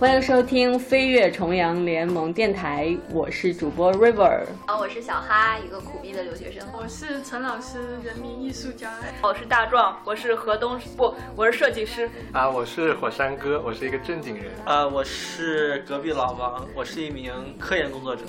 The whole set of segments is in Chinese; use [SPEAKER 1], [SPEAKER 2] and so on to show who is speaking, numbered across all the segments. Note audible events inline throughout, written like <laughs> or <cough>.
[SPEAKER 1] 欢迎收听《飞跃重阳联盟》电台，我是主播 River，
[SPEAKER 2] 啊，我是小哈，一个苦逼的留学生。
[SPEAKER 3] 我是陈老师，人民艺术
[SPEAKER 1] <laughs>
[SPEAKER 3] 家。
[SPEAKER 4] 我是大壮，我是河东，不，我是设计师。
[SPEAKER 5] 啊，我是火山哥，我是一个正经人。
[SPEAKER 6] 啊，我是隔壁老王，我是一名科研工作者。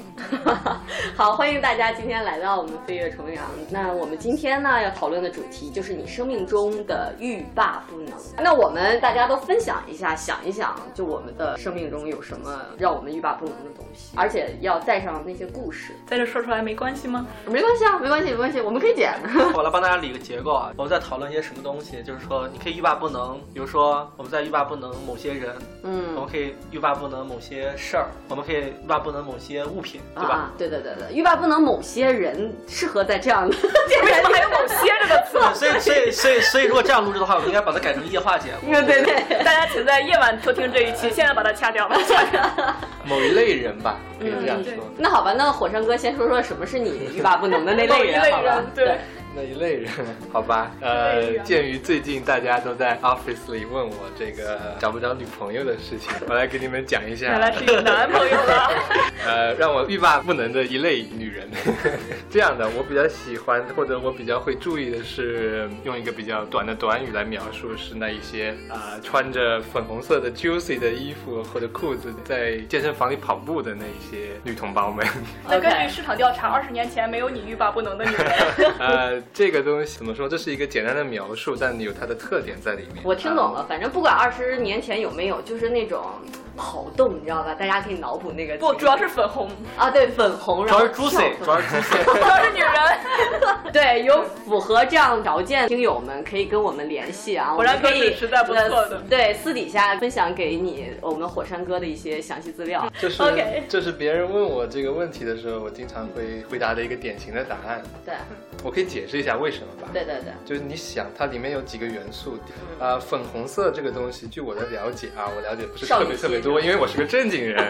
[SPEAKER 1] <laughs> 好，欢迎大家今天来到我们《飞跃重阳》。那我们今天呢要讨论的主题就是你生命中的欲罢不能。那我们大家都分享一下，想一想，就我们的生命中有什么让我们欲罢不能的东西，而且要带上那些故事。
[SPEAKER 4] 在这说出来没关系 <laughs> 吗？
[SPEAKER 1] 没关系啊，没关系，没关系，我们可以剪。
[SPEAKER 6] 我来帮大家理个结构啊，我们在讨论一些什么东西，就是说你可以欲罢不能，比如说我们在欲罢不能某些人，我
[SPEAKER 1] 嗯
[SPEAKER 6] 们。可以欲罢不能某些事儿，我们可以欲罢不能某些物品，对吧？
[SPEAKER 1] 啊，对对对对，欲罢不能。某些人适合在这样 <laughs> 的电
[SPEAKER 4] 为
[SPEAKER 1] 台
[SPEAKER 4] 什么
[SPEAKER 1] 里
[SPEAKER 4] 还有某些这个词？
[SPEAKER 1] 啊
[SPEAKER 6] 对所以，所以，所以，所以，如果这样录制的话，我们应该把它改成夜话节目。
[SPEAKER 1] 对对对，
[SPEAKER 4] <laughs> 大家请在夜晚收听这一期，现在把它掐掉吧。掐掉。
[SPEAKER 5] 某一类人吧，
[SPEAKER 3] 嗯
[SPEAKER 5] 可以这样说。
[SPEAKER 1] 那好吧，那火山哥先说说什么是你欲罢不能的那类
[SPEAKER 4] 某一类
[SPEAKER 1] 人，好吧
[SPEAKER 4] 人？对
[SPEAKER 5] 那一类人， <laughs> 好吧。
[SPEAKER 3] 一类
[SPEAKER 5] 呃，
[SPEAKER 3] 人
[SPEAKER 5] 鉴于最近大家都在 office 里问我这个找不找女朋友的 <laughs> 事情，我来给你们讲一
[SPEAKER 4] 原来
[SPEAKER 5] 下。
[SPEAKER 4] 是有男朋友了。
[SPEAKER 5] 呃，让我欲罢不能的一类女人。 <laughs> 这样的，我比较喜欢或者我比较会注意的是，用一个比较短的短语来描述，是那一些啊、穿着粉红色的 juicy 的衣服或者裤子在健身房里跑步的那一些女同胞们。
[SPEAKER 4] 那根
[SPEAKER 1] OK
[SPEAKER 4] 据市场调查，二十年前没有你欲罢不能的女人。
[SPEAKER 5] <laughs> 呃，这个东西怎么说？这是一个简单的描述，但有它的特点在里面。啊
[SPEAKER 1] 我听懂了，反正不管二十年前有没有，就是那种跑动，你知道吧？大家可以脑补那个
[SPEAKER 4] 不，主要是粉红，
[SPEAKER 1] 啊，对，粉红，
[SPEAKER 6] 主
[SPEAKER 1] 然
[SPEAKER 6] 要
[SPEAKER 1] 后
[SPEAKER 6] 是 juicy，主
[SPEAKER 1] 跳
[SPEAKER 6] 要是 juicy。
[SPEAKER 4] 主要是女人。
[SPEAKER 1] 对，有符合这样条件的听友们可以跟我们联系啊，我
[SPEAKER 4] 火山
[SPEAKER 1] 们可
[SPEAKER 4] 哥
[SPEAKER 1] 以
[SPEAKER 4] 是实在不错的
[SPEAKER 1] 呃对，私底下分享给你我们火山哥的一些详细资料。
[SPEAKER 5] 这是
[SPEAKER 4] OK
[SPEAKER 5] 这是别人问我这个问题的时候，我经常会回答的一个典型的答案。
[SPEAKER 1] 对，
[SPEAKER 5] 我可以解释一下为什么吧？
[SPEAKER 1] 对对对，
[SPEAKER 5] 就是你想，它里面有几个元素，啊、粉红色这个东西，据我的了解啊，我了解不是
[SPEAKER 1] 少
[SPEAKER 5] 特
[SPEAKER 1] 女
[SPEAKER 5] 别
[SPEAKER 1] 心
[SPEAKER 5] 特别多，因为我是个正经人，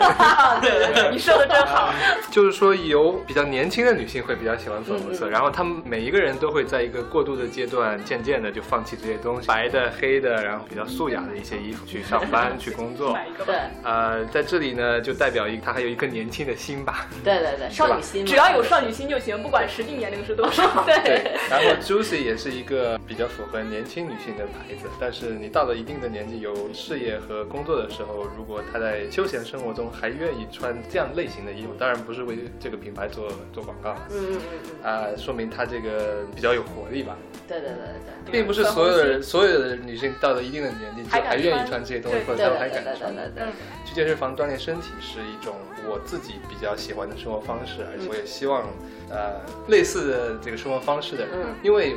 [SPEAKER 4] 你说的真好。
[SPEAKER 5] 就是说有比较年轻的女性会比较喜欢粉红色，
[SPEAKER 1] 嗯嗯
[SPEAKER 5] 然后她们每一个人都会在一个过渡的阶段，渐渐的就放弃这些东西，白的、黑的，然后比较素雅的一些衣服去上班、去工作。
[SPEAKER 4] <laughs> 买一个吧。
[SPEAKER 1] 对
[SPEAKER 5] 呃，在这里呢，就代表一她还有一颗年轻的
[SPEAKER 4] <laughs>
[SPEAKER 5] 心吧。
[SPEAKER 1] 对对对，少女心嘛，
[SPEAKER 4] 只要有少女心就行，不管实际年龄是多少。
[SPEAKER 1] 对。
[SPEAKER 5] 然后 Juicy 也是一个比较符合年轻女性的牌子，但是你到了一定的年纪，有事业和工作的时候，如果她在休闲生活中还愿意穿这样类型的衣服，当然不是为这个品牌做做广告，啊、
[SPEAKER 1] 嗯嗯嗯，
[SPEAKER 5] 说明她这个比较有活力吧，
[SPEAKER 1] 嗯对对对对
[SPEAKER 5] 并不是所有的人，所有的女性到了一定的年纪就
[SPEAKER 4] 还敢
[SPEAKER 5] 还愿意
[SPEAKER 4] 穿
[SPEAKER 5] 穿这些东西，
[SPEAKER 4] 对
[SPEAKER 5] 或
[SPEAKER 1] 对，
[SPEAKER 5] 者
[SPEAKER 1] 对
[SPEAKER 5] 她们还
[SPEAKER 1] 对对
[SPEAKER 5] 敢
[SPEAKER 1] 对
[SPEAKER 5] 穿。
[SPEAKER 1] 对对
[SPEAKER 4] 嗯。
[SPEAKER 5] 去健身房锻炼身体是一种我自己比较喜欢的生活方式，而
[SPEAKER 1] 嗯
[SPEAKER 5] 且我也希望，呃，类似的这个生活方式的人，
[SPEAKER 1] 嗯
[SPEAKER 5] 因为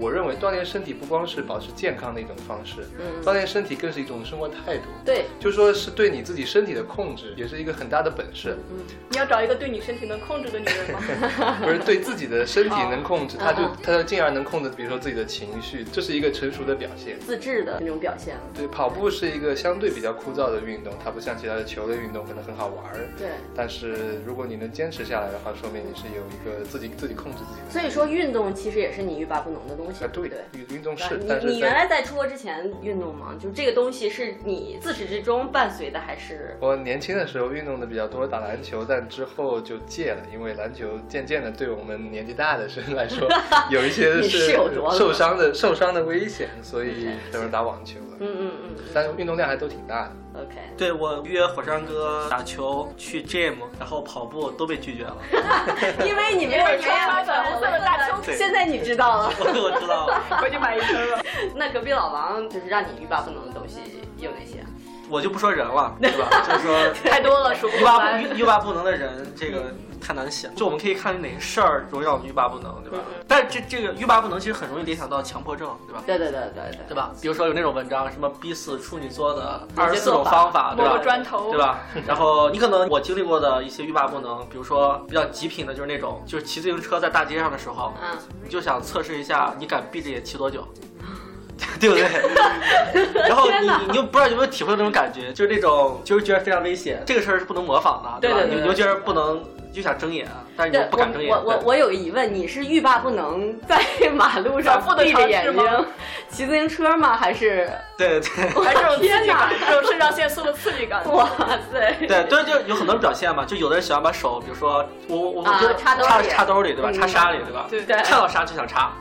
[SPEAKER 5] 我认为锻炼身体不光是保持健康的一种方式，
[SPEAKER 1] 嗯
[SPEAKER 5] 锻炼身体更是一种生活态度，
[SPEAKER 1] 对，
[SPEAKER 5] 就说是对你自己身体的控制，也是一个很大的本事，
[SPEAKER 4] 你要找一个对你身体能控制的女人吗？
[SPEAKER 5] 不是对自己的身体能控制，
[SPEAKER 1] 哦
[SPEAKER 5] 他就
[SPEAKER 1] 嗯嗯
[SPEAKER 5] 他就进而能控制，比如说自己的情绪，这是一个成熟的表现。
[SPEAKER 1] 自制的那种表现。
[SPEAKER 5] 对，跑步是一个相对比较枯燥的运动，它不像其他的球类运动可能很好玩儿，
[SPEAKER 1] 对，
[SPEAKER 5] 但是如果你能坚持下来的话，说明你是有一个自己自己控制自己的。
[SPEAKER 1] 所以说运动其实也是你欲罢不能的东西
[SPEAKER 5] 啊，，对
[SPEAKER 1] 不对。，
[SPEAKER 5] 运运动
[SPEAKER 1] 对
[SPEAKER 5] 是，
[SPEAKER 1] 吧
[SPEAKER 5] 但
[SPEAKER 1] 你你
[SPEAKER 5] 是
[SPEAKER 1] 原
[SPEAKER 5] 在
[SPEAKER 1] 来在出国之前运动吗？就这个东西是你自始至终伴随的，还是
[SPEAKER 5] 我年轻的时候运动的比较多，打篮球，但之后就戒了，因为篮球渐渐的对我们年纪大的人
[SPEAKER 1] <laughs>
[SPEAKER 5] 来说，有一些
[SPEAKER 1] 你是
[SPEAKER 5] 是
[SPEAKER 1] 有多老
[SPEAKER 5] 受伤的受伤的危险，所以都是打网球了。
[SPEAKER 1] 嗯嗯嗯
[SPEAKER 5] 但是运动量还都挺大的，
[SPEAKER 1] 嗯，OK，
[SPEAKER 6] <laughs> 对我约火山哥打球、去 gym，然后跑步都被拒绝了。 <laughs>
[SPEAKER 1] 因为你没
[SPEAKER 4] 因
[SPEAKER 1] 有
[SPEAKER 4] 为你
[SPEAKER 1] 穿
[SPEAKER 4] 穿粉红色的大秋裤
[SPEAKER 1] 现在你知道了。 <laughs>
[SPEAKER 6] 我我知道了。
[SPEAKER 4] 我就买一身了。
[SPEAKER 1] 那隔壁老王就是让你欲罢不能的东西有哪些？
[SPEAKER 6] 我就不说人了，对吧？就是说
[SPEAKER 4] 太多了，数不
[SPEAKER 6] 欲
[SPEAKER 4] 过
[SPEAKER 6] 罢
[SPEAKER 4] 来
[SPEAKER 6] 不。欲欲罢不能的人，这个太难想。就我们可以看哪个事儿容易让我们欲罢不能，对
[SPEAKER 4] 嗯
[SPEAKER 6] 吧？但是这这个欲罢不能其实很容易联想到强迫症，对吧？
[SPEAKER 1] 对对对对对
[SPEAKER 6] 对吧？比如说有那种文章，什么逼死处女座的二
[SPEAKER 1] 有
[SPEAKER 6] 十
[SPEAKER 1] 些
[SPEAKER 6] 四
[SPEAKER 1] 做
[SPEAKER 6] 种
[SPEAKER 1] 法
[SPEAKER 6] 方法，对
[SPEAKER 4] 摸
[SPEAKER 6] 吧
[SPEAKER 4] 个？砖头，
[SPEAKER 6] 对？吧？然后你可能我经历过的一些欲罢不能，比如说比较极品的就是那种，就是骑自行车在大街上的时候，
[SPEAKER 1] 嗯，
[SPEAKER 6] 你就想测试一下你敢闭着眼骑
[SPEAKER 1] <laughs>
[SPEAKER 6] 多久，对不对？然后你你你又不知道有没有体会到那种感觉，就是那种就是觉得非常危险，这个事儿是不能模仿的，吧？
[SPEAKER 1] 对对对
[SPEAKER 6] 你你就觉得不能。就想睁眼啊，但是你
[SPEAKER 1] 对
[SPEAKER 6] 又不敢睁眼。
[SPEAKER 1] 我我我有个疑问，你是欲罢不能，在马路上
[SPEAKER 4] 反复地
[SPEAKER 1] 闭着
[SPEAKER 4] 尝试
[SPEAKER 1] 眼睛
[SPEAKER 4] 吗
[SPEAKER 1] 骑自行车吗？还是
[SPEAKER 6] 对对对。
[SPEAKER 4] <laughs> 还是这种刺
[SPEAKER 1] 天
[SPEAKER 4] 激
[SPEAKER 1] 哪
[SPEAKER 4] 感，这种肾上腺素的
[SPEAKER 7] <laughs>
[SPEAKER 4] 刺激感。
[SPEAKER 1] 哇塞，
[SPEAKER 6] 对对，就有很多表现嘛，就有的人喜欢把手，比如说我我我
[SPEAKER 1] 啊
[SPEAKER 6] 就
[SPEAKER 1] 插兜
[SPEAKER 6] 插
[SPEAKER 1] 里
[SPEAKER 6] 插兜里对吧？
[SPEAKER 1] 嗯
[SPEAKER 6] 插沙里对吧？
[SPEAKER 1] 对对
[SPEAKER 6] 看到沙就
[SPEAKER 1] <laughs>
[SPEAKER 6] 想插。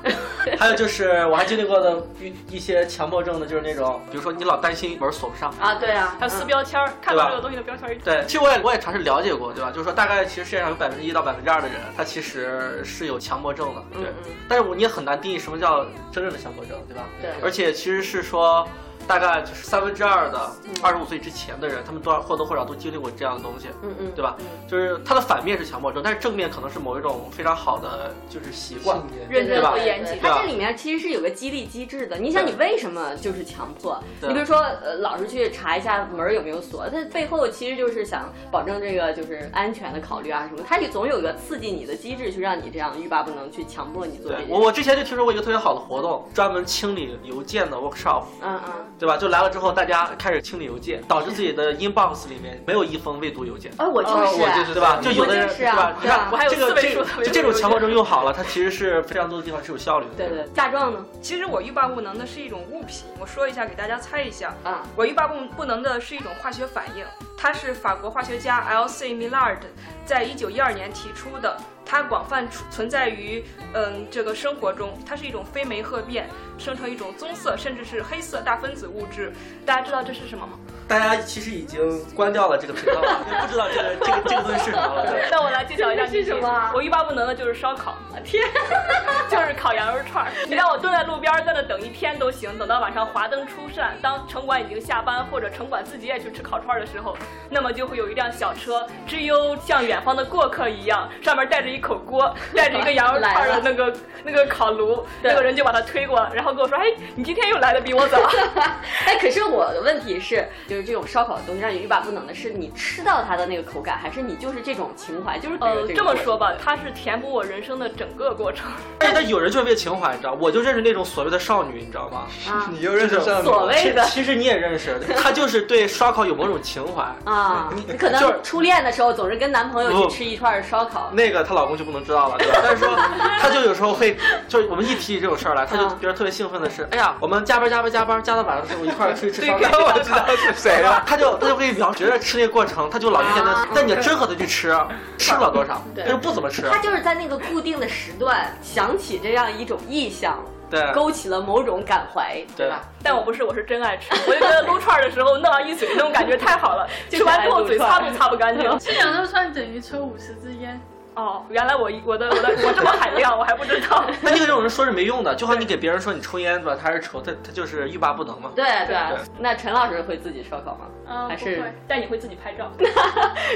[SPEAKER 6] 还有就是我还经历过的一一些强迫症的，就是那种，比如说你老担心门锁不上。
[SPEAKER 1] 啊，对啊，
[SPEAKER 4] 还有撕
[SPEAKER 1] 嗯
[SPEAKER 4] 标签儿，看
[SPEAKER 6] 对
[SPEAKER 4] 到
[SPEAKER 6] 吧
[SPEAKER 4] 这个东西的标签儿一撕。
[SPEAKER 6] 对，其实我也我也尝试了解过，对吧？就是说，大概其实世界上有百分之一到百分之二的人，他其实是有强迫症的，对。
[SPEAKER 1] 嗯
[SPEAKER 6] 但是我你也很难定义什么叫真正的强迫症，对吧？
[SPEAKER 1] 对
[SPEAKER 6] 而且其实是说，大概就是三分之二的二十五岁之前的人，他们多少或多或少都经历过这样的东西，
[SPEAKER 1] 嗯嗯，
[SPEAKER 6] 对吧？就是它的反面是强迫症，但是正面可能是某一种非常好的就是习惯。
[SPEAKER 4] 认
[SPEAKER 1] 对
[SPEAKER 4] 真
[SPEAKER 6] 吧
[SPEAKER 4] 和严谨。
[SPEAKER 6] 对吧
[SPEAKER 1] 它这里面其实是有个激励机制的。你想，
[SPEAKER 6] 对
[SPEAKER 1] 你为什么就是强迫？
[SPEAKER 6] 对
[SPEAKER 1] 你比如说，呃，老是去查一下门儿有没有锁，它背后其实就是想保证这个就是安全的考虑啊什么。它也总有一个刺激你的机制，去让你这样欲罢不能，去强迫你做这
[SPEAKER 6] 对
[SPEAKER 1] 件
[SPEAKER 6] 我，我之前就听说过一个特别好的活动，专门清理邮件的 workshop，
[SPEAKER 1] 嗯嗯。
[SPEAKER 6] 对吧？就来了之后，大家开始清理邮件，导致自己的 inbox 里面没有一封未读邮件。
[SPEAKER 1] 哎，我就是，
[SPEAKER 5] 我就是
[SPEAKER 6] 对吧？就有的人
[SPEAKER 1] 我就是
[SPEAKER 6] 对
[SPEAKER 1] 啊
[SPEAKER 6] 吧？你
[SPEAKER 1] 对啊
[SPEAKER 6] 看
[SPEAKER 4] 我还有
[SPEAKER 6] 这个
[SPEAKER 4] 四位
[SPEAKER 6] 这
[SPEAKER 4] 数的
[SPEAKER 6] 个
[SPEAKER 4] 微
[SPEAKER 6] 就这
[SPEAKER 4] 博
[SPEAKER 6] 种
[SPEAKER 4] 邮
[SPEAKER 6] 强迫
[SPEAKER 4] 件
[SPEAKER 6] 症用好了，它其实是非常多的地方是有效率的。
[SPEAKER 1] 对对，嫁妆呢？
[SPEAKER 7] 其实我欲罢不能的是一种物品，我说一下给大家猜一下。
[SPEAKER 1] 啊，
[SPEAKER 7] 我欲罢不不能的是一种化学反应，它是法国化学家 L.C. Millard 在一九一二年提出的，它广泛出存在于嗯这个生活中，它是一种非酶褐变，生成一种棕色甚至是黑色大分子物质。大家知道这是什么吗？
[SPEAKER 6] 大家其实已经关掉了这个频道了，就不知道这个这个这个东西是什么了。对，
[SPEAKER 4] <laughs> 那我来介绍一下
[SPEAKER 1] 这是什么啊
[SPEAKER 4] <laughs> 我欲罢不能的就是烧烤，
[SPEAKER 1] 天， <laughs>
[SPEAKER 4] 就是烤羊肉串儿。你让我蹲在路边儿，在那等一天都行，等到晚上华灯初上，当城管已经下班，或者城管自己也去吃烤串儿的时候，那么就会有一辆小车，之悠像远方的过客一样，上面带着一口锅，带着一个羊
[SPEAKER 1] <laughs>
[SPEAKER 4] 肉串儿的那个那个烤炉，
[SPEAKER 1] 对
[SPEAKER 4] 那个人就把它推过，然后跟我说：“哎，你今天又来的比我早。
[SPEAKER 1] <laughs> 哎，可是我的问题是，就是这种烧烤的东西让你欲罢不能的是，你吃到它的那个口感，还是你就是这种情怀？就是”比如
[SPEAKER 4] 呃，
[SPEAKER 1] 哦个
[SPEAKER 4] <laughs> 这么说吧，它是填补我人生的整个过程。
[SPEAKER 6] <laughs> 但是有人就是为情怀，你知道，我就认识那种所谓的少女，你知道吗？
[SPEAKER 1] 啊
[SPEAKER 5] 你又认识上
[SPEAKER 1] 所谓的
[SPEAKER 6] 其实你也认识，她就是对烧烤有某种情怀。
[SPEAKER 1] 啊，
[SPEAKER 6] 你
[SPEAKER 1] 你可
[SPEAKER 6] 嗯就是
[SPEAKER 1] 能初恋的时候总是跟男朋友
[SPEAKER 6] 不
[SPEAKER 1] 去吃一串儿烧烤，
[SPEAKER 6] 那个她老公就不能知道了，对吧？但是说她就有时候会，就是我们一提起这种事儿来，她就
[SPEAKER 1] 嗯
[SPEAKER 6] 觉得特别兴奋的是，哎呀，我们加班加班加班，加到晚上的时候一块儿出去吃烧烤。
[SPEAKER 5] 我知道是 <laughs> 谁
[SPEAKER 6] 然后
[SPEAKER 5] 了。
[SPEAKER 6] 他就他就会描写着吃那过程，他就老遇见
[SPEAKER 1] 啊
[SPEAKER 6] 他，但你真和他去吃，吃不了多少，
[SPEAKER 1] 对
[SPEAKER 6] 他就不怎么吃。
[SPEAKER 1] 他就是在那个固定的时段想起这样一种意象，
[SPEAKER 6] 对，
[SPEAKER 1] 勾起了某种感怀，
[SPEAKER 6] 哎对
[SPEAKER 1] 吧？
[SPEAKER 4] 但我不是，我是真爱吃。我就觉得撸串儿的时候弄完一嘴，那种感觉太好了。吃完之后嘴擦都擦不干净。
[SPEAKER 3] 这两肉串等于抽五十支烟，
[SPEAKER 4] 哦，原来我一我的我的我这么海量，我还不知道。
[SPEAKER 6] 那你给这种人说是没用的，就好像你给别人说你抽烟对吧，他是抽，他他就是欲罢不能嘛。
[SPEAKER 1] 对对
[SPEAKER 6] 对
[SPEAKER 1] 那陈老师会自己烧烤吗？ <laughs>
[SPEAKER 3] 啊，
[SPEAKER 1] 还
[SPEAKER 3] 不
[SPEAKER 1] 是
[SPEAKER 3] 会，
[SPEAKER 4] 但你会自己拍照，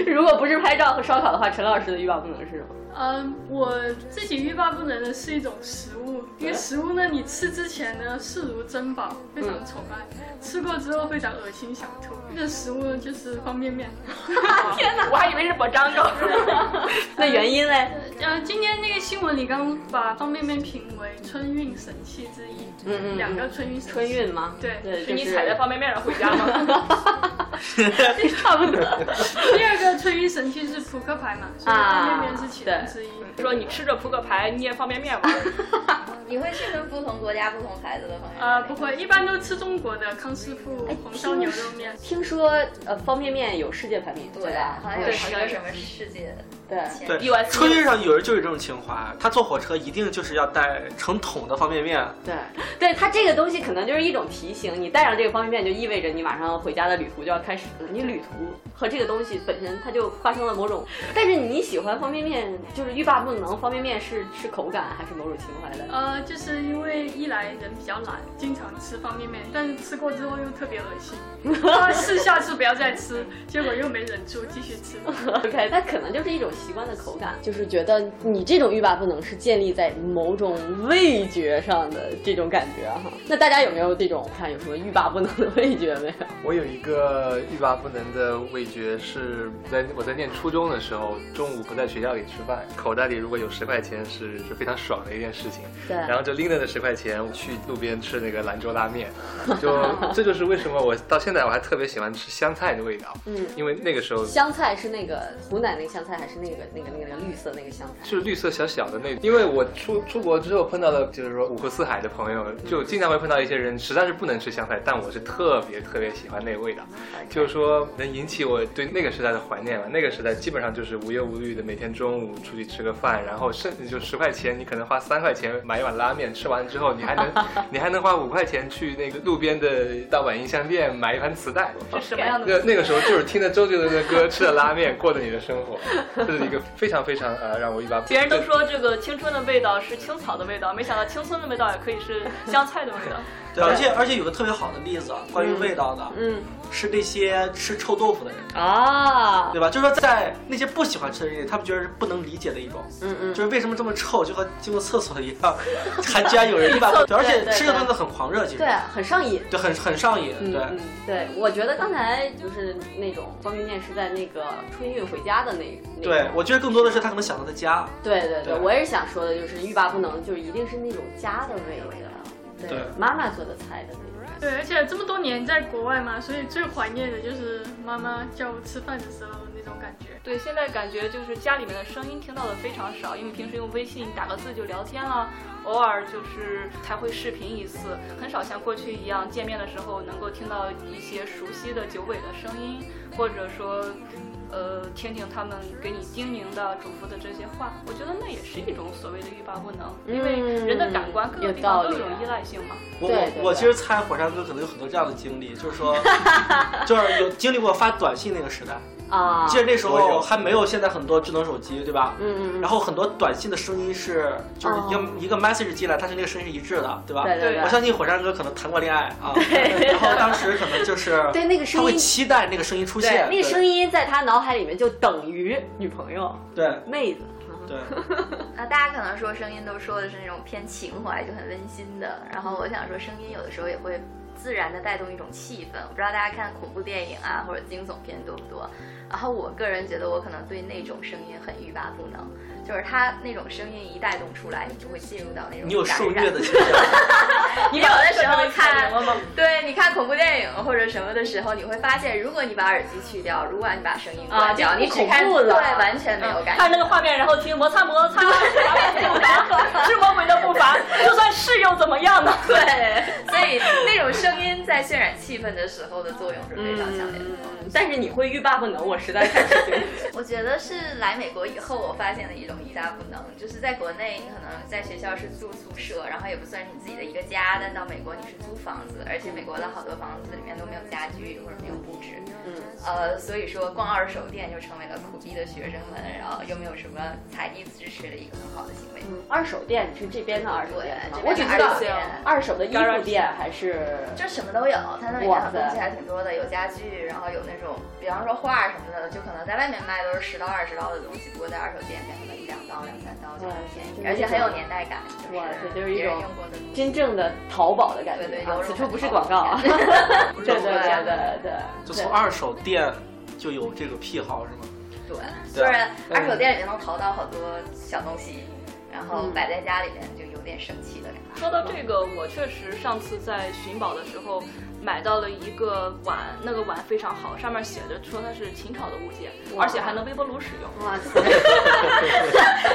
[SPEAKER 1] 如果不是拍照和烧烤的话，陈老师的欲罢不能是什么？
[SPEAKER 3] 嗯，我自己欲罢不能的是一种食物，因
[SPEAKER 1] 嗯
[SPEAKER 3] 为食物呢，你吃之前呢视如珍宝，非常崇拜；
[SPEAKER 1] 嗯
[SPEAKER 3] 吃过之后非常恶心想吐。这个食物呢就是方便面。
[SPEAKER 4] 天哪！我还以为是我张肉。
[SPEAKER 1] 那
[SPEAKER 4] 嗯
[SPEAKER 1] 原因嘞？
[SPEAKER 3] 呃，今天那个新闻里刚把方便面评为春运神器之一，
[SPEAKER 1] 嗯嗯嗯
[SPEAKER 3] 两个春运神器
[SPEAKER 1] 春运吗？
[SPEAKER 3] 对
[SPEAKER 1] 对，
[SPEAKER 4] 是
[SPEAKER 1] 就
[SPEAKER 4] 你踩在方便面上回家吗？ <laughs>
[SPEAKER 1] 差不多。
[SPEAKER 3] 第二个春运神器是扑克牌嘛，所以
[SPEAKER 1] 啊
[SPEAKER 3] 方便面是其中之一。
[SPEAKER 4] 说你吃着扑克牌捏方便面吗？
[SPEAKER 2] 你会去跟不同国家、不同牌子的朋友？
[SPEAKER 1] 啊
[SPEAKER 3] 呃，不会，一般都吃中国的康师傅
[SPEAKER 4] 哎
[SPEAKER 3] 红烧牛肉面。
[SPEAKER 1] <laughs> 听说呃方便面有世界排名，
[SPEAKER 2] 对
[SPEAKER 1] 吧
[SPEAKER 2] 吧？？好像有
[SPEAKER 1] 对
[SPEAKER 2] 什么什么世界
[SPEAKER 1] 对。
[SPEAKER 2] 前
[SPEAKER 6] 对
[SPEAKER 4] US
[SPEAKER 6] 春运上有人就有这种情怀，他坐火车一定就是要带成桶的方便面。
[SPEAKER 1] 对，对它这个东西可能就是一种提醒，你带上这个方便面，就意味着你晚上回家的旅途就要开始了。你旅途和这个东西本身，它就发生了某种。但是你喜欢方便面，就是欲罢不能。方便面是是口感还是某种情怀的？
[SPEAKER 3] 呃，就是因为一来人比较懒，经常吃方便面，但是吃过之后又特别恶心，
[SPEAKER 4] <laughs>
[SPEAKER 3] 说是下次不要再吃，结果又没忍住继续
[SPEAKER 4] <laughs>
[SPEAKER 3] 吃。
[SPEAKER 1] <laughs> OK，它可能就是一种习惯的口感，就是觉得你这种欲罢不能是建立在某种味觉上的这种感觉哈。那大家有没有这种看有什么欲罢不能的味觉没有？
[SPEAKER 5] 我有一个欲罢不能的味觉是在我在念初中的时候，中午不在学校里吃饭，口袋里如果有十块钱是是非常爽的一件事情。
[SPEAKER 1] 对
[SPEAKER 5] 然后就拎着那十块钱去路边吃那个兰州拉
[SPEAKER 1] <laughs>
[SPEAKER 5] 面，就这就是为什么我到现在我还特别喜欢吃香菜的味道，
[SPEAKER 1] 嗯，
[SPEAKER 5] 因为那个时候
[SPEAKER 1] 香菜是那个湖南那个香菜还是那那个那个那个那个绿色那个香菜。
[SPEAKER 5] 是绿色小小的那，因为我出出国之后碰到的，就是说五湖四海的朋友，就经常会碰到一些人，实在是不能吃香菜，但我是特别特别喜欢那个味道，就是说能引起我对那个时代的怀念吧。那个时代基本上就是无忧无虑的，每天中午出去吃个饭，然后甚至就十块钱，你可能花三块钱买一碗拉面，吃完之后你还 <laughs> 能你还能花五块钱去那个路边的盗版音像店买一盘磁带。
[SPEAKER 4] 是什么样的？
[SPEAKER 5] 那那个时候就是听着周杰伦的歌，吃着拉面，过着你的生活，这是一个非常非常呃让我一把。 <laughs>
[SPEAKER 4] 别人都说这个青春的味道是青草的味道，没想到青春的味道也可以是香菜的味道。
[SPEAKER 6] 对，而且而且有个特别好的例子，关于味道的，
[SPEAKER 1] 嗯
[SPEAKER 6] 是那些吃臭豆腐的人，
[SPEAKER 1] 啊，
[SPEAKER 6] 对吧？就是说在那些不喜欢吃的人，他们觉得是不能理解的一种，
[SPEAKER 1] 嗯嗯
[SPEAKER 6] 就是为什么这么臭，就和经过厕所一样，还居然有人
[SPEAKER 1] <laughs>
[SPEAKER 6] 一把，对而且吃这个东西很狂热，其实
[SPEAKER 1] 对，啊很上瘾。
[SPEAKER 6] 对，很很上瘾，
[SPEAKER 1] 嗯
[SPEAKER 6] 对。
[SPEAKER 1] 嗯，对，我觉得刚才就是那种方便面是在那个春运回家的那那
[SPEAKER 6] 对
[SPEAKER 1] 种，
[SPEAKER 6] 我觉得更多的是他可能想到他家，
[SPEAKER 1] 对对对，
[SPEAKER 6] 对
[SPEAKER 1] 我也是想说的，就是欲罢不能，就是一定是那种家的味道，对，
[SPEAKER 6] 对
[SPEAKER 1] 妈妈做的菜的那种感觉。
[SPEAKER 3] 对，而且这么多年在国外嘛，所以最怀念的就是妈妈叫我吃饭的时候那种感觉。
[SPEAKER 4] 对，现在感觉就是家里面的声音听到的非常少，因为平时用微信打个字就聊天了，偶尔就是才会视频一次，很少像过去一样见面的时候能够听到一些熟悉的九尾的声音，或者说，呃，听听他们给你叮咛的、嘱咐的这些话。我觉得那也是一种所谓的欲罢不能，因为
[SPEAKER 1] 嗯
[SPEAKER 4] 人的感官各个地方嗯都有一啊
[SPEAKER 1] 啊
[SPEAKER 4] 种依赖性嘛。
[SPEAKER 6] 我
[SPEAKER 1] 对
[SPEAKER 6] 我
[SPEAKER 1] 对
[SPEAKER 6] 我
[SPEAKER 1] 对
[SPEAKER 6] 其实猜火山哥可能有很多这样的经历，就
[SPEAKER 1] <laughs>
[SPEAKER 6] 是说，就是有经历过发短信那个时代，
[SPEAKER 1] 啊，
[SPEAKER 6] 记得那时
[SPEAKER 5] 我有
[SPEAKER 6] 候还没有现在很多智能手机，对吧？
[SPEAKER 1] 嗯嗯嗯，哦
[SPEAKER 6] 然后很多短信的声音是，就是一个、一个 message 进来，它是那个声音是一致的，对吧？
[SPEAKER 1] 对对
[SPEAKER 4] 对
[SPEAKER 6] 我
[SPEAKER 1] 对，
[SPEAKER 6] 相信火山哥可能谈过恋爱
[SPEAKER 1] <laughs>
[SPEAKER 6] 啊，然后当时可能就是
[SPEAKER 1] 对那个声
[SPEAKER 6] 他会
[SPEAKER 1] 音
[SPEAKER 6] 期待那个声音出
[SPEAKER 1] 对
[SPEAKER 6] 现，
[SPEAKER 1] 那个声音在他脑海里面就等于女朋友、
[SPEAKER 6] 对
[SPEAKER 1] <laughs> 妹子。
[SPEAKER 6] 对
[SPEAKER 2] 啊，大家可能说声音都说的是那种偏情怀，就很温馨的。然后我想说，声音有的时候也会自然的带动一种气氛。我不知道大家看恐怖电影啊或者惊悚片多不多。然后我个人觉得，我可能对那种声音很欲罢不能，就是它那种声音一带动出来，你就会进入到那种
[SPEAKER 6] 你有
[SPEAKER 2] 感
[SPEAKER 6] 受
[SPEAKER 2] 染
[SPEAKER 1] <laughs>
[SPEAKER 6] 虐的倾向，
[SPEAKER 2] 你有的时
[SPEAKER 4] 这
[SPEAKER 2] 候
[SPEAKER 4] 个
[SPEAKER 2] 看
[SPEAKER 4] 看了吗？
[SPEAKER 2] 对，你看恐怖电影或者什么的时候，你会发现，如果你把耳机去掉，如果你把声音关掉，
[SPEAKER 1] 啊就不
[SPEAKER 2] 你只看
[SPEAKER 1] 恐怖了
[SPEAKER 2] 对，完全没有感觉。
[SPEAKER 4] 看那个画面，然后听摩擦摩
[SPEAKER 1] <laughs>
[SPEAKER 4] 擦，摩擦是魔鬼的步伐，就算是又怎么样呢？对， <laughs>
[SPEAKER 2] 所以那种声音在渲染气氛的时候的作用是非常强烈的。
[SPEAKER 1] 但是你会欲罢不能，我实在是不 <laughs> 行。
[SPEAKER 2] 我觉得是来美国以后，我发现的一种一大不能，就是在国内你可能在学校是住宿舍，然后也不算是你自己的一个家，但到美国你是租房子，而且美国的好多房子里面都没有家具或者没有布置，
[SPEAKER 1] 嗯，
[SPEAKER 2] 呃，所以说逛二手店就成为了苦逼的学生们，然后又没有什么财力支持的一个很好的行为。
[SPEAKER 1] 嗯二手店你是这边的二手
[SPEAKER 2] 对
[SPEAKER 1] 店，吗？
[SPEAKER 2] 啊这
[SPEAKER 1] 我
[SPEAKER 2] 边
[SPEAKER 1] 只
[SPEAKER 2] 的
[SPEAKER 1] 知
[SPEAKER 2] 二
[SPEAKER 1] 道
[SPEAKER 2] 手店
[SPEAKER 1] 二手的衣服店还是
[SPEAKER 2] 就什么都有，它那里面
[SPEAKER 1] 哇
[SPEAKER 2] 好
[SPEAKER 1] 塞
[SPEAKER 2] 东西还挺多的，有家具，然后有那种，比方说画什么的，就可能在外面卖都是十到二十刀的东西，不过在二手店可能一两刀、两三刀就很便宜，
[SPEAKER 1] 哇
[SPEAKER 2] 而且很有年代感，就是
[SPEAKER 1] 哇这就是一
[SPEAKER 2] 别人
[SPEAKER 1] 种
[SPEAKER 2] 用过的东西。
[SPEAKER 1] 真正的淘宝的感觉
[SPEAKER 2] 对对
[SPEAKER 1] 啊
[SPEAKER 2] 有！
[SPEAKER 1] 此
[SPEAKER 2] 种
[SPEAKER 1] 处不是
[SPEAKER 2] 淘
[SPEAKER 1] 广
[SPEAKER 2] 宝
[SPEAKER 1] 告 <laughs> 啊！对
[SPEAKER 6] 不知
[SPEAKER 1] 对对
[SPEAKER 6] 道怎么讲
[SPEAKER 1] 对对，
[SPEAKER 6] 就
[SPEAKER 1] 对
[SPEAKER 6] 从二手店就有这个癖好是吗？
[SPEAKER 2] 对，
[SPEAKER 1] 啊
[SPEAKER 2] 虽然
[SPEAKER 1] 嗯
[SPEAKER 2] 二手店里面能淘到好多小东西，然后
[SPEAKER 1] 嗯
[SPEAKER 2] 摆在家里面就有点生气的感觉。
[SPEAKER 4] 说到这个，我确实上次在寻宝的时候买到了一个碗，那个碗非常好，上面写着说它是秦朝的物件，
[SPEAKER 1] 哇
[SPEAKER 4] 而且还能微波炉使用。
[SPEAKER 1] 哇 <laughs> 塞，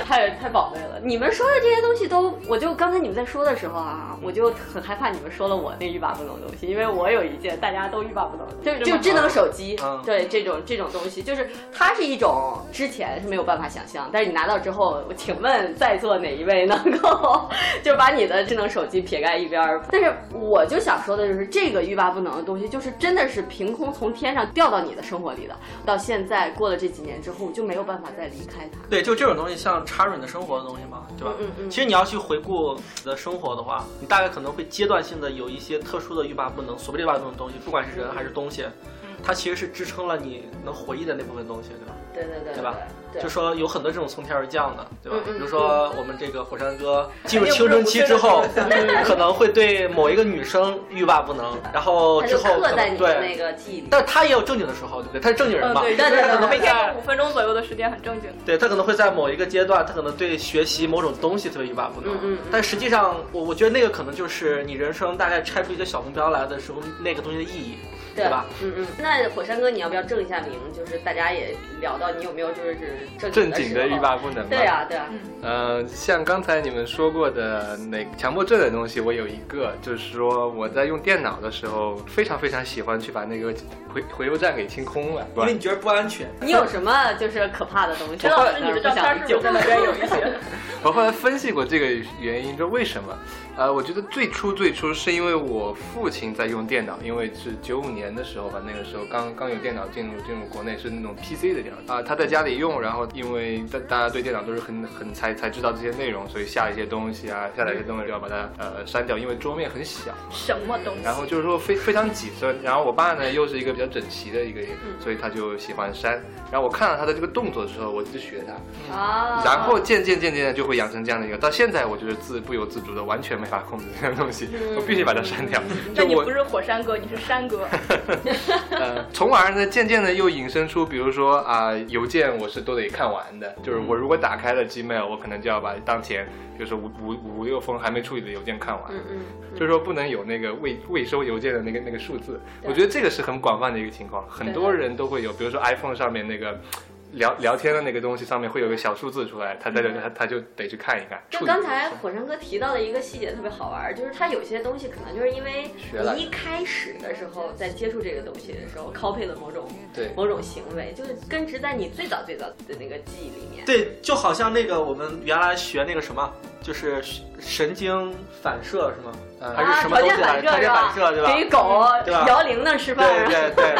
[SPEAKER 1] 太太宝贝了！你们说的这些东西都，我就刚才你们在说的时候啊，我就很害怕你们说了我那欲罢不能的东西，因为我有一件大家都欲罢不能的东西，就就智能手机，
[SPEAKER 6] 嗯
[SPEAKER 1] 对这种这种东西，就是它是一种之前是没有办法想象，但是你拿到之后，我请问在座哪一位能够 <laughs> 就把你的智能手机撇开一边儿？但是我就想说的就是，这个欲罢不能的东西，就是真的是凭空从天上掉到你的生活里的，到现在过了这几年之后，就没有办法再离开它。
[SPEAKER 6] 对，就这种东西像插入你的生活的东西嘛，对吧？
[SPEAKER 1] 嗯嗯嗯
[SPEAKER 6] 其实你要去回顾你的生活的话，你大概可能会阶段性的有一些特殊的欲罢不能，所谓的欲罢不能的东西，不管是人还是东西，
[SPEAKER 1] 嗯
[SPEAKER 6] 它其实是支撑了你能回忆的那部分东西，对吧？
[SPEAKER 1] 对对对
[SPEAKER 6] 对吧？
[SPEAKER 1] 对
[SPEAKER 6] 就说有很多这种从天而降的，对吧？
[SPEAKER 1] 嗯嗯哎
[SPEAKER 6] 比如说我们这个火山哥进入青春期之后，可能会对某一个女生欲罢不能，然后
[SPEAKER 1] 它
[SPEAKER 6] 之
[SPEAKER 1] 嗯就
[SPEAKER 6] 后可
[SPEAKER 1] 刻在
[SPEAKER 6] 能
[SPEAKER 1] 你的那
[SPEAKER 6] 对，
[SPEAKER 1] 个记忆里。
[SPEAKER 6] 但他也有正经的时候，对不对？他是正经人嘛，
[SPEAKER 4] 嗯对
[SPEAKER 6] 他
[SPEAKER 1] 对对
[SPEAKER 6] 可
[SPEAKER 1] 对
[SPEAKER 6] 能会
[SPEAKER 4] 每
[SPEAKER 6] 在
[SPEAKER 4] 天五分钟左右的时间很正经。
[SPEAKER 6] 对他可能会在某一个阶段，他可能对学习某种东西特别欲罢不能。
[SPEAKER 1] 嗯嗯嗯
[SPEAKER 6] 但实际上，我我觉得那个可能就是你人生大概拆出一个小目标来的时候，那个东西的意义，对吧？
[SPEAKER 1] 嗯嗯。那那火山哥，你要不要正一下名？就是大家也聊到你有没有就是正
[SPEAKER 5] 正
[SPEAKER 1] 经
[SPEAKER 5] 经
[SPEAKER 1] 的
[SPEAKER 5] 的
[SPEAKER 1] 时候
[SPEAKER 5] 欲罢不能。
[SPEAKER 1] 对啊，对啊，
[SPEAKER 5] 呃，像刚才你们说过的那强迫症的东西，我有一个，就是说我在用电脑的时候，非常非常喜欢去把那个回回邮站给清空了。
[SPEAKER 6] 因为你觉得不安全。
[SPEAKER 1] 你有什么就是可怕的东西？
[SPEAKER 4] 陈老师，你的照
[SPEAKER 1] 不想
[SPEAKER 4] 片是不是在那边有一 <laughs> 些？
[SPEAKER 5] 我后来分析过这个原因，就为什么？呃，我觉得最初最初是因为我父亲在用电脑，因为是九五年的时候吧，那个时候刚刚有电脑进入进入国内是那种 PC 的电脑啊、他在家里用，然后因为大大家对电脑都是很很才才知道这些内容，所以下一些东西啊，下载一些东西就要把它呃删掉，因为桌面很小。
[SPEAKER 4] 什么东
[SPEAKER 6] 呃
[SPEAKER 4] 西？
[SPEAKER 5] 然后就是说非非常挤所以然后我爸呢又是一个比较整齐的一个人，
[SPEAKER 4] 嗯
[SPEAKER 5] 所以他就喜欢删。然后我看到他的这个动作的时候，我就学他，
[SPEAKER 6] 嗯
[SPEAKER 4] 哦
[SPEAKER 1] 啊，
[SPEAKER 5] 然后渐渐渐渐的就会养成这样的一个，到现在我就是自不由自主的，完全没法控制这样东西，我必须把它删掉。
[SPEAKER 4] 嗯那
[SPEAKER 5] 就
[SPEAKER 4] 你
[SPEAKER 5] 我
[SPEAKER 4] 不是火山哥，你是山哥。 <laughs>
[SPEAKER 5] 呃，从而呢，渐渐的又引申出，比如说啊、邮件我是都得看完的，就是
[SPEAKER 4] 嗯
[SPEAKER 5] 我如果打开了 Gmail，我可能就要把当前，比如说五五五六封还没处理的邮件看完。
[SPEAKER 1] 嗯嗯，
[SPEAKER 5] 就是说不能有那个未未收邮件的那个那个数字。我觉得这个是很广泛的一个情况，很多人都会有，比如说 iPhone 上面那个。聊聊天的那个东西上面会有个小数字出来，他在这他他就得去看一看。
[SPEAKER 1] 嗯就
[SPEAKER 5] 处理
[SPEAKER 1] 刚
[SPEAKER 5] 一下
[SPEAKER 1] 才火山哥提到的一个细节特别好玩儿，就是他有些东西可能就是因为
[SPEAKER 5] 学来的
[SPEAKER 1] 你一开始的时候在接触这个东西的时候 copy 了某种
[SPEAKER 5] 对
[SPEAKER 1] 某种行为，就是根植在你最早最早的那个记忆里面。
[SPEAKER 6] 对，就好像那个我们原来学那个什么，就是神经反射是吗？
[SPEAKER 5] 嗯
[SPEAKER 6] 还是什么东西来着？条
[SPEAKER 1] 啊条
[SPEAKER 6] 件
[SPEAKER 1] 件
[SPEAKER 6] 反
[SPEAKER 1] 反
[SPEAKER 6] 射对吧？
[SPEAKER 1] 给狗
[SPEAKER 6] 对吧
[SPEAKER 1] 摇铃那吃饭，
[SPEAKER 6] 对对对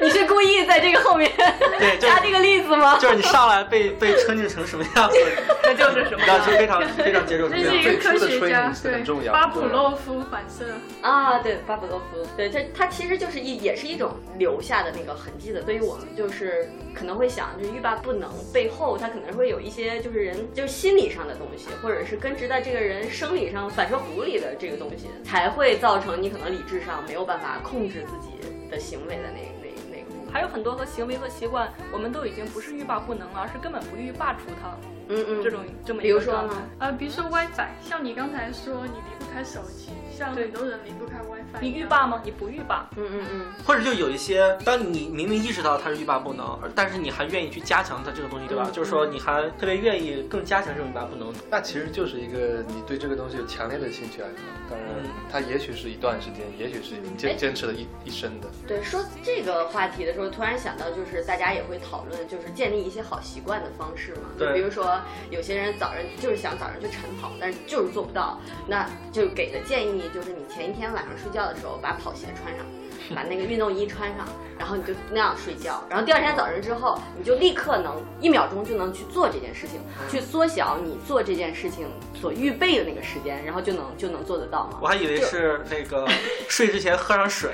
[SPEAKER 1] 你是故意在这个后面
[SPEAKER 6] 对，就
[SPEAKER 1] 加这
[SPEAKER 6] 是
[SPEAKER 1] 个例子吗？
[SPEAKER 6] 就是你上来被被撑进成什么样子，
[SPEAKER 4] 那就是什么
[SPEAKER 6] 那
[SPEAKER 4] 呢？
[SPEAKER 6] 是非常非常接受
[SPEAKER 3] 这
[SPEAKER 6] 这
[SPEAKER 3] 是一
[SPEAKER 6] 样。
[SPEAKER 3] 个科学家
[SPEAKER 5] 最初的，
[SPEAKER 3] 对
[SPEAKER 5] 很重，要
[SPEAKER 3] 巴甫洛夫反射，
[SPEAKER 1] 啊，对，巴甫洛夫，对，这它其实就是一，也是一种留下的那个痕迹的。对于我们，就是可能会想，就是欲罢不能背后，它可能会有一些就是人就是心理上的东西，或者是根植在这个人生理上反射弧里的这个东西，才会造成你可能理智上没有办法控制自己的行为的那那那个部分。
[SPEAKER 4] <laughs> 还有很多和行为和习惯，我们都已经不是欲罢不能了，而是根本不欲罢除它。
[SPEAKER 1] 嗯嗯，
[SPEAKER 4] 这种这么
[SPEAKER 1] 比
[SPEAKER 4] 一个
[SPEAKER 1] 如说
[SPEAKER 4] 状态。
[SPEAKER 1] 呢，
[SPEAKER 3] 呃，比如说 WiFi，像你刚才说你离不开手机，像
[SPEAKER 4] 对
[SPEAKER 3] 很多人离不开 WiFi，
[SPEAKER 4] 你欲罢吗？你不欲罢，
[SPEAKER 1] 嗯嗯嗯，
[SPEAKER 6] 或者就有一些，当你明明意识到它是欲罢不能，而但是你还愿意去加强它这个东西，对吧？
[SPEAKER 1] 嗯
[SPEAKER 6] 就是说你还特别愿意更加强这种欲罢不能。
[SPEAKER 5] 那其实就是一个你对这个东西有强烈的兴趣爱好，当然
[SPEAKER 6] 嗯
[SPEAKER 5] 它也许是一段时间，也许是
[SPEAKER 1] 哎
[SPEAKER 5] 坚坚持了一一生的。
[SPEAKER 1] 对，说这个话题的时候，突然想到，就是大家也会讨论，就是建立一些好习惯的方式嘛。就
[SPEAKER 6] 对
[SPEAKER 1] 比如说，有些人早上就是想早上去晨跑，但是就是做不到，那就给的建议就是，你前一天晚上睡觉的时候，把跑鞋穿上，把那个运动衣穿上，然后你就那样睡觉，然后第二天早晨之后，你就立刻能一秒钟就能去做这件事情，去缩小你做这件事情所预备的那个时间，然后就能就能做得到嘛
[SPEAKER 6] 我。还以为是那个 <laughs> 睡之前喝上水，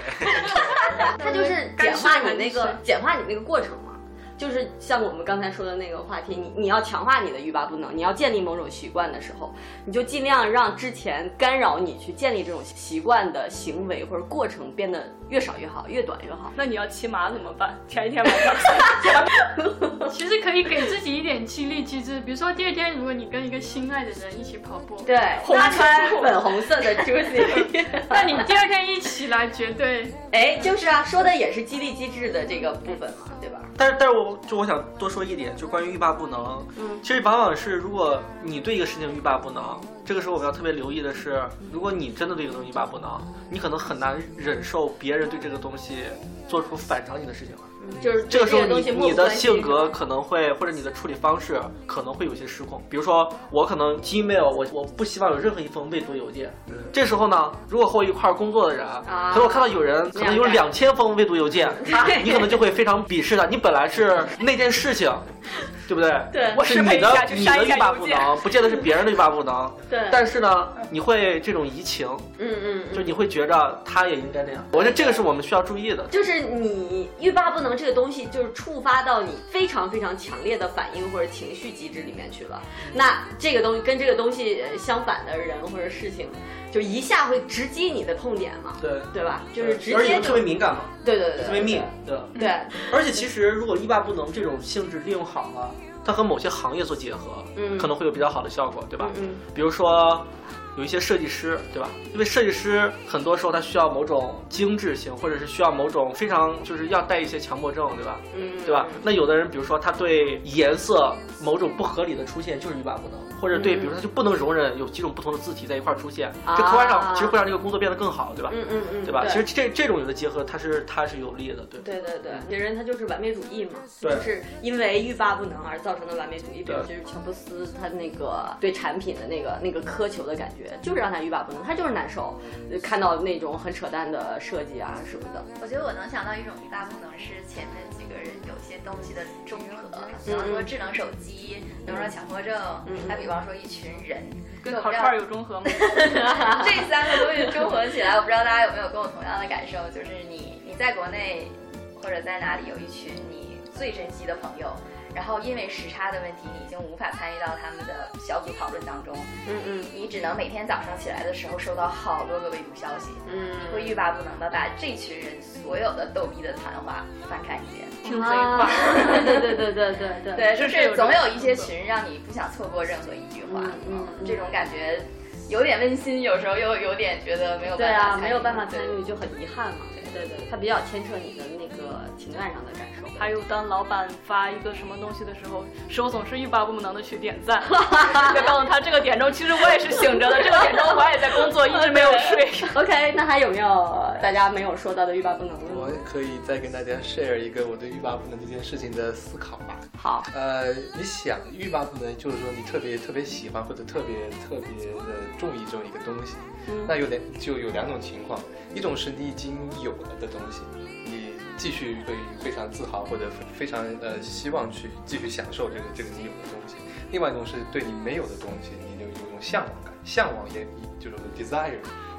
[SPEAKER 1] 它就是简化你那个简化你那个过程嘛，就是像我们刚才说的那个话题，你你要强化你的欲罢不能，你要建立某种习惯的时候，你就尽量让之前干扰你去建立这种习惯的行为或者过程变得越少越好，越短越好。
[SPEAKER 4] 那你要骑马怎么办？前一天晚
[SPEAKER 6] <laughs>
[SPEAKER 4] 上
[SPEAKER 3] 其实可以给自己一点激励机制，比如说第二天，如果你跟一个心爱的人一起跑步，
[SPEAKER 1] 对，
[SPEAKER 4] 红
[SPEAKER 1] 那
[SPEAKER 4] 川
[SPEAKER 1] 穿粉红色 <laughs> 的 jersey，
[SPEAKER 3] 那你第二天一起来，绝对
[SPEAKER 1] 哎，就是啊，说的也是激励机制的这个部分嘛，对吧？
[SPEAKER 6] 但是但是我就我想多说一点，就关于欲罢不能。
[SPEAKER 1] 嗯
[SPEAKER 6] 其实往往是如果你对一个事情欲罢不能，这个时候我们要特别留意的是，如果你真的对一个东西欲罢不能，你可能很难忍受别人对这个东西做出反常你的事情来。
[SPEAKER 1] 就是
[SPEAKER 6] 这个时候
[SPEAKER 1] 东
[SPEAKER 6] 你
[SPEAKER 1] 西
[SPEAKER 6] 你的性格可能会或者你的处理方式可能会有些失控，比如说我可能 Gmail 我我不希望有任何一封未读邮件，这时候呢，如果和我一块儿工作的人，啊可能我看到有人可能有两千封未读邮 <laughs> 件，你可能就会非常鄙视他，你本来是那件事情。对不对？
[SPEAKER 1] 对
[SPEAKER 4] 我
[SPEAKER 6] 是
[SPEAKER 4] 适配
[SPEAKER 6] 你
[SPEAKER 4] 一
[SPEAKER 6] 的
[SPEAKER 4] 下去
[SPEAKER 6] 你
[SPEAKER 4] 删
[SPEAKER 6] 的
[SPEAKER 4] 一
[SPEAKER 6] 欲
[SPEAKER 4] 下
[SPEAKER 6] 罢
[SPEAKER 4] 邮
[SPEAKER 6] 不
[SPEAKER 4] 件
[SPEAKER 6] 能，不见得是别人的欲罢不能。
[SPEAKER 1] 对
[SPEAKER 6] 但是呢，你会这种移情，
[SPEAKER 1] 嗯嗯嗯
[SPEAKER 6] 就你会觉着他也应该那样。我觉得这个是我们需要注意的。
[SPEAKER 1] 就是你欲罢不能这个东西，就是触发到你非常非常强烈的反应或者情绪机制里面去了。那这个东西跟这个东西呃相反的人或者事情，就一下会直击你的痛点嘛，
[SPEAKER 6] 对，
[SPEAKER 1] 对吧？就是直
[SPEAKER 6] 而且
[SPEAKER 1] 接
[SPEAKER 6] 又特
[SPEAKER 1] 就
[SPEAKER 6] 别敏感嘛，
[SPEAKER 1] 对对对，
[SPEAKER 6] 特别密，对。
[SPEAKER 1] 对对，
[SPEAKER 6] 而且其实如果欲罢不能这种性质利用好了，它和某些行业做结合，
[SPEAKER 1] 嗯
[SPEAKER 6] 可能会有比较好的效果，对吧？
[SPEAKER 1] 嗯嗯
[SPEAKER 6] 比如说。有一些设计师，对吧？因为设计师很多时候他需要某种精致性，或者是需要某种非常就是要带一些强迫症，对吧？
[SPEAKER 1] 嗯，
[SPEAKER 6] 对吧？那有的人，比如说他对颜色某种不合理的出现就是欲罢不能，或者对，
[SPEAKER 1] 嗯
[SPEAKER 6] 比如说他就不能容忍有几种不同的字体在一块儿出现，
[SPEAKER 1] 啊
[SPEAKER 6] 这刻画上其实会让这个工作变得更好，对吧？
[SPEAKER 1] 嗯嗯嗯，
[SPEAKER 6] 对吧？
[SPEAKER 1] 对
[SPEAKER 6] 其实这这种有的结合，它是它是有利的，对。
[SPEAKER 1] 对对对，有人他就是完美主义嘛，
[SPEAKER 6] 对
[SPEAKER 1] 就是因为欲罢不能而造成的完美主义。比如
[SPEAKER 6] 对
[SPEAKER 1] 就是乔布斯他那个对产品的那个那个苛求的感觉，就是让他欲罢不能，他就是难受，呃看到那种很扯淡的设计啊什么的。
[SPEAKER 2] 我觉得我能想到一种欲罢不能是前面几个人有些东西的中和，比方
[SPEAKER 1] 嗯
[SPEAKER 2] 说智能手机，比方说强迫症，还比方说一群人，
[SPEAKER 4] 跟
[SPEAKER 2] 就我
[SPEAKER 4] 烤
[SPEAKER 2] 不知道
[SPEAKER 4] 串儿有中和吗？
[SPEAKER 2] <laughs> 这三个东西中和起来，我不知道大家有没有跟我同样的感受，就是你你在国内或者在哪里有一群你最珍惜的朋友，然后因为时差的问题，你已经无法参与到他们的小组讨论当中，
[SPEAKER 1] 嗯嗯
[SPEAKER 2] 你只能每天早上起来的时候收到好多个未读消息，
[SPEAKER 1] 嗯
[SPEAKER 2] 你会欲罢不能的把这群人所有的逗逼的谈话翻看一遍。
[SPEAKER 4] 听贼
[SPEAKER 1] 啊
[SPEAKER 4] 话，，
[SPEAKER 1] <laughs> 对对对对对对啊
[SPEAKER 2] 对，
[SPEAKER 4] 这
[SPEAKER 2] 就是
[SPEAKER 4] 有
[SPEAKER 2] 是
[SPEAKER 4] 这
[SPEAKER 2] 总
[SPEAKER 4] 种
[SPEAKER 2] 有一些群让你不想错过任何一句话，
[SPEAKER 1] 嗯嗯
[SPEAKER 2] 这种感觉有点温馨，有时候又有点觉得没有
[SPEAKER 1] 对
[SPEAKER 2] 办法
[SPEAKER 1] 啊，
[SPEAKER 2] 参与，
[SPEAKER 1] 没有办法参
[SPEAKER 2] 对
[SPEAKER 1] 与就很遗憾嘛。对对对，他比较牵扯你的那个情感上的感受。
[SPEAKER 4] <laughs> 还有当老板发一个什么东西的时候，时候总是欲罢不能的去点 <laughs> 赞，再告诉他这个点钟其实我也是醒着的，这个点钟我也在工作，一直没有睡。 <laughs>
[SPEAKER 1] OK，那 <laughs> 还有没有大家没有说到的欲罢不能的
[SPEAKER 5] 我
[SPEAKER 1] 吗？
[SPEAKER 5] 可以再跟大家 share 一个我对欲罢不能这件事情的思考吧。
[SPEAKER 1] 好，
[SPEAKER 5] 呃，你想欲罢不能，就是说你特别特别喜欢或者特别特别的中意这种一个东西，那有两就有两种情况，一种是你已经有了的东西，你继续会非常自豪或者非常呃希望去继续享受这个这个你有的东西；，另外一种是对你没有的东西，你就有一种向往感，向往也就是 desire，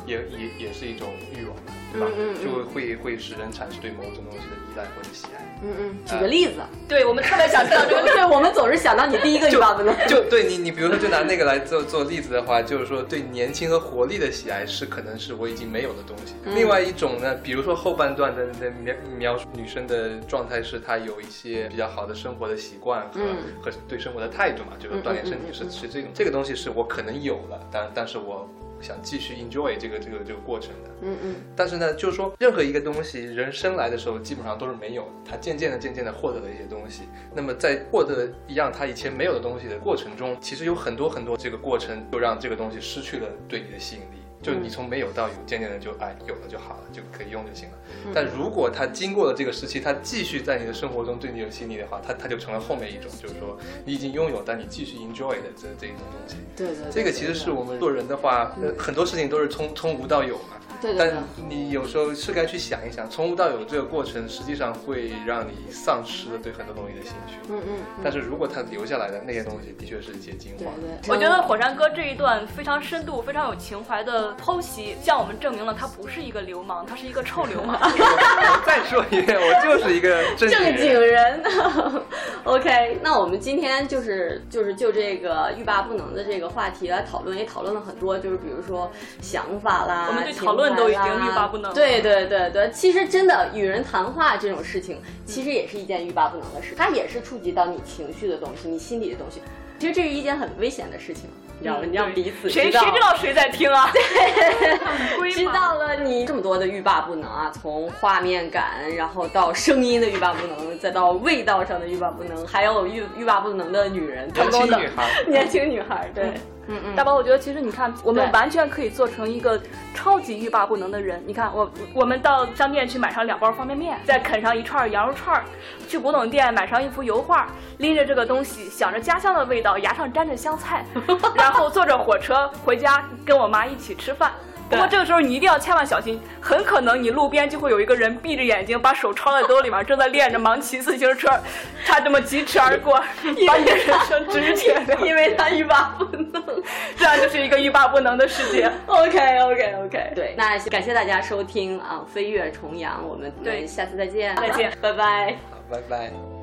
[SPEAKER 5] 也也也是一种欲望，对吧？
[SPEAKER 1] 嗯嗯嗯
[SPEAKER 5] 就会会使人产生对某种东西的依赖或者喜爱。
[SPEAKER 1] 嗯嗯，
[SPEAKER 6] 呃
[SPEAKER 1] 举个例子， <laughs>
[SPEAKER 4] 对我们特别想知道这个
[SPEAKER 1] 对我们总是想到你第一个欲罢不能。
[SPEAKER 5] 就对你，你比如说，就拿那个来做做例子的话，就是说对年轻和活力的喜爱是可能是我已经没有的东西。另外一种呢，比如说后半段的的描描述女生的状态是她有一些比较好的生活的习惯和、
[SPEAKER 1] 嗯
[SPEAKER 5] 和对生活的态度嘛，就是锻炼身体是、是这种这个东西是我可能有了，但但是我想继续 enjoy 这个这个这个过程的。
[SPEAKER 1] 嗯嗯。
[SPEAKER 5] 但是呢，就是说任何一个东西，人生来的时候基本上都是没有的，他渐渐的、渐渐的获得了一些东西。那么在获得一样他以前没有的东西的过程中，其实有很多很多这个过程，就让这个东西失去了对你的吸引力。就你从没有到有，渐渐的就哎有了就好了，就可以用就行了。但如果它经过了这个时期，它继续在你的生活中对你有吸引力的话，它它就成了后面一种，就是说你已经拥有，但你继续 enjoy 的这这一种东西。
[SPEAKER 1] 对对对，
[SPEAKER 5] 这个其实是我们做人的话，呃很多事情都是从从无到有嘛。
[SPEAKER 1] 对对对
[SPEAKER 5] 但你有时候是该去想一想，从无到有这个过程，实际上会让你丧失了对很多东西的兴趣。
[SPEAKER 1] 嗯嗯，
[SPEAKER 5] 但是如果它留下来的那些东西，的确是一些精
[SPEAKER 1] 对
[SPEAKER 5] 华。
[SPEAKER 1] 对，
[SPEAKER 4] 我觉得火山哥这一段非常深度、非常有情怀的剖析，向我们证明了他不是一个流氓，他是一个臭流氓。
[SPEAKER 5] 我 <laughs> 再说一遍，我就是一个正
[SPEAKER 1] 正
[SPEAKER 5] 经人
[SPEAKER 1] 经人。OK，那我们今天就是就是就这个欲罢不能的这个话题来讨论，也讨论了很多，就是比如说想法啦，
[SPEAKER 4] 我们对
[SPEAKER 1] 情
[SPEAKER 4] 讨论
[SPEAKER 1] 怀
[SPEAKER 4] 都已
[SPEAKER 1] 啦
[SPEAKER 4] 经欲罢不能了
[SPEAKER 1] 对对对对，其实真的与人谈话这种事情，其实也是一件欲罢不能的事，它也是触及到你情绪的东西，你心里的东西。其实这是一件很危险的事情，你知道吗？你让彼此
[SPEAKER 4] <laughs> 谁谁知道谁在听啊？ <laughs>
[SPEAKER 3] 规
[SPEAKER 1] 知
[SPEAKER 3] 嘛
[SPEAKER 1] 道了你这么多的欲罢不能啊，从画面感，然后到声音的欲罢不能，再到味道上的欲罢不能，还有欲欲罢不能的女人，成
[SPEAKER 5] 年
[SPEAKER 1] 功 <laughs>
[SPEAKER 5] 轻
[SPEAKER 1] 的
[SPEAKER 5] 女孩。
[SPEAKER 1] 年轻女孩，对，嗯嗯
[SPEAKER 4] 大宝，我觉得其实你看，我们
[SPEAKER 1] 对
[SPEAKER 4] 完全可以做成一个超级欲罢不能的人。你看，我我们到商店去买上两包方便面，再啃上一串羊肉串儿，去古董店买上一幅油画，拎着这个东西，想着家乡的味道，牙上沾着香菜，然后坐着火车回家跟我妈一起吃饭。不过这个时候你一定要千万小心，很可能你路边就会有一个人闭着眼睛，把手抄在兜里面，正在练着盲骑自行车，他这么疾驰而过，把你的人生
[SPEAKER 1] <laughs>
[SPEAKER 4] 直接了。
[SPEAKER 1] 因为她欲罢不能。
[SPEAKER 4] 这样就是一个欲罢不能的世界。
[SPEAKER 1] OK OK OK，对，那感谢大家收听啊，《飞跃重阳》，我们
[SPEAKER 4] 对
[SPEAKER 1] 下次再见，
[SPEAKER 4] 再见，
[SPEAKER 1] 拜拜。
[SPEAKER 5] 好，拜拜。